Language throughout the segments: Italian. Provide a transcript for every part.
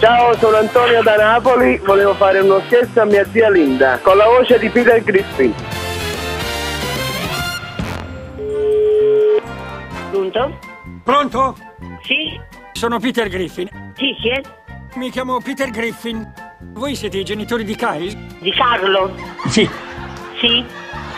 Ciao, sono Antonio da Napoli, volevo fare uno scherzo a mia zia Linda, con la voce di Peter Griffin. Pronto? Pronto? Sì? Sono Peter Griffin. Sì, eh? chi è? Mi chiamo Peter Griffin. Voi siete i genitori di Kyle? Di Carlo? Sì. Sì,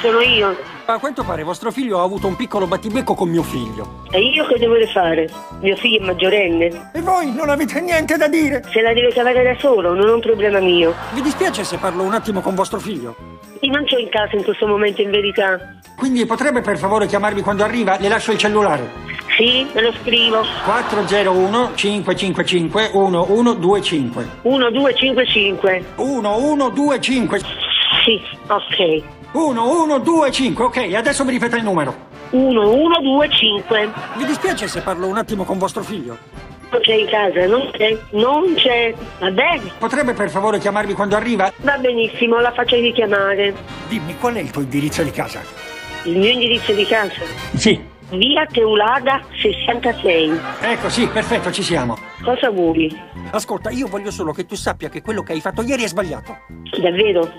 sono io. A quanto pare vostro figlio ha avuto un piccolo battibecco con mio figlio. E io che devo fare? Mio figlio è maggiorenne. E voi non avete niente da dire? Se la deve cavare da solo, non è un problema mio. Vi dispiace se parlo un attimo con vostro figlio? Io non c'ho in casa in questo momento, in verità. Quindi potrebbe per favore chiamarmi quando arriva? Le lascio il cellulare. Sì, me lo scrivo. 401 555 1125 1255. 1125 Sì, ok. 1125, ok, adesso mi ripeta il numero. 1125. Vi dispiace se parlo un attimo con vostro figlio? Non c'è in casa, non c'è. Non c'è. Va bene? Potrebbe per favore chiamarmi quando arriva? Va benissimo, la faccio richiamare. Dimmi qual è il tuo indirizzo di casa? Il mio indirizzo di casa. Sì. Via Teulada 66. Ecco, sì, perfetto, ci siamo. Cosa vuoi? Ascolta, io voglio solo che tu sappia che quello che hai fatto ieri è sbagliato. Davvero?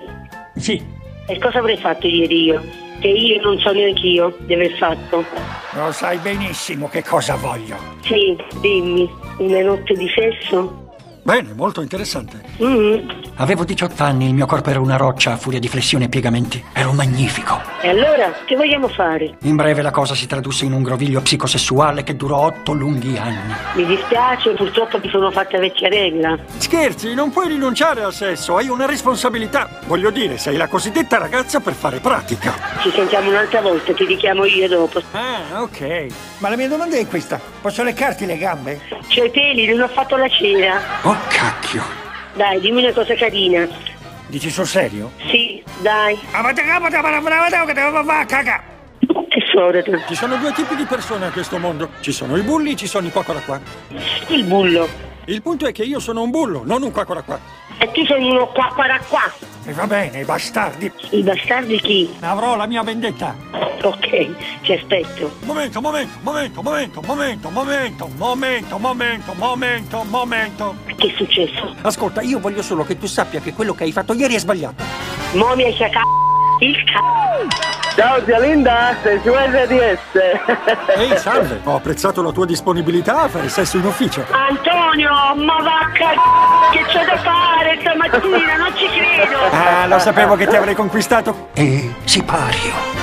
Sì. E cosa avrei fatto ieri io? Che io non so neanche io di aver fatto. Lo sai benissimo che cosa voglio. Sì, dimmi, una notte di sesso? Bene, molto interessante. Mm. Avevo 18 anni, il mio corpo era una roccia a furia di flessione e piegamenti. Ero magnifico. E allora, che vogliamo fare? In breve la cosa si tradusse in un groviglio psicosessuale che durò otto lunghi anni. Mi dispiace, purtroppo mi sono fatta vecchiarella. Scherzi, non puoi rinunciare al sesso, hai una responsabilità. Voglio dire, sei la cosiddetta ragazza per fare pratica. Ci sentiamo un'altra volta, ti richiamo io dopo. Ah, ok. Ma la mia domanda è questa: posso leccarti le gambe? C'ho i peli, non ho fatto la cena. Oh cacchio. Dai, dimmi una cosa carina. Dici sul serio? Sì, dai. Ah, ma te capo, te parla, brava, te che te va a cagà! Che sorda. Ci sono due tipi di persone a questo mondo. Ci sono i bulli, ci sono i quacora qua. Il bullo. Il punto è che io sono un bullo, non un quacora qua. E tu sei uno qua qua qua. E va bene, bastardi. I bastardi chi? Avrò la mia vendetta. Ok, ti aspetto. Momento, momento, momento, momento, momento, momento, momento, momento, momento, momento. Che è successo? Ascolta, io voglio solo che tu sappia che quello che hai fatto ieri è sbagliato. Mo mi hai sciacato il c***o. Ciao zia Linda, sei su RDS. Ehi, salve. Ho apprezzato la tua disponibilità a fare sesso in ufficio. Antonio, ma va a c***o, che c'è da fare stamattina, non ci credo. Ah, lo sapevo che ti avrei conquistato. E sipario.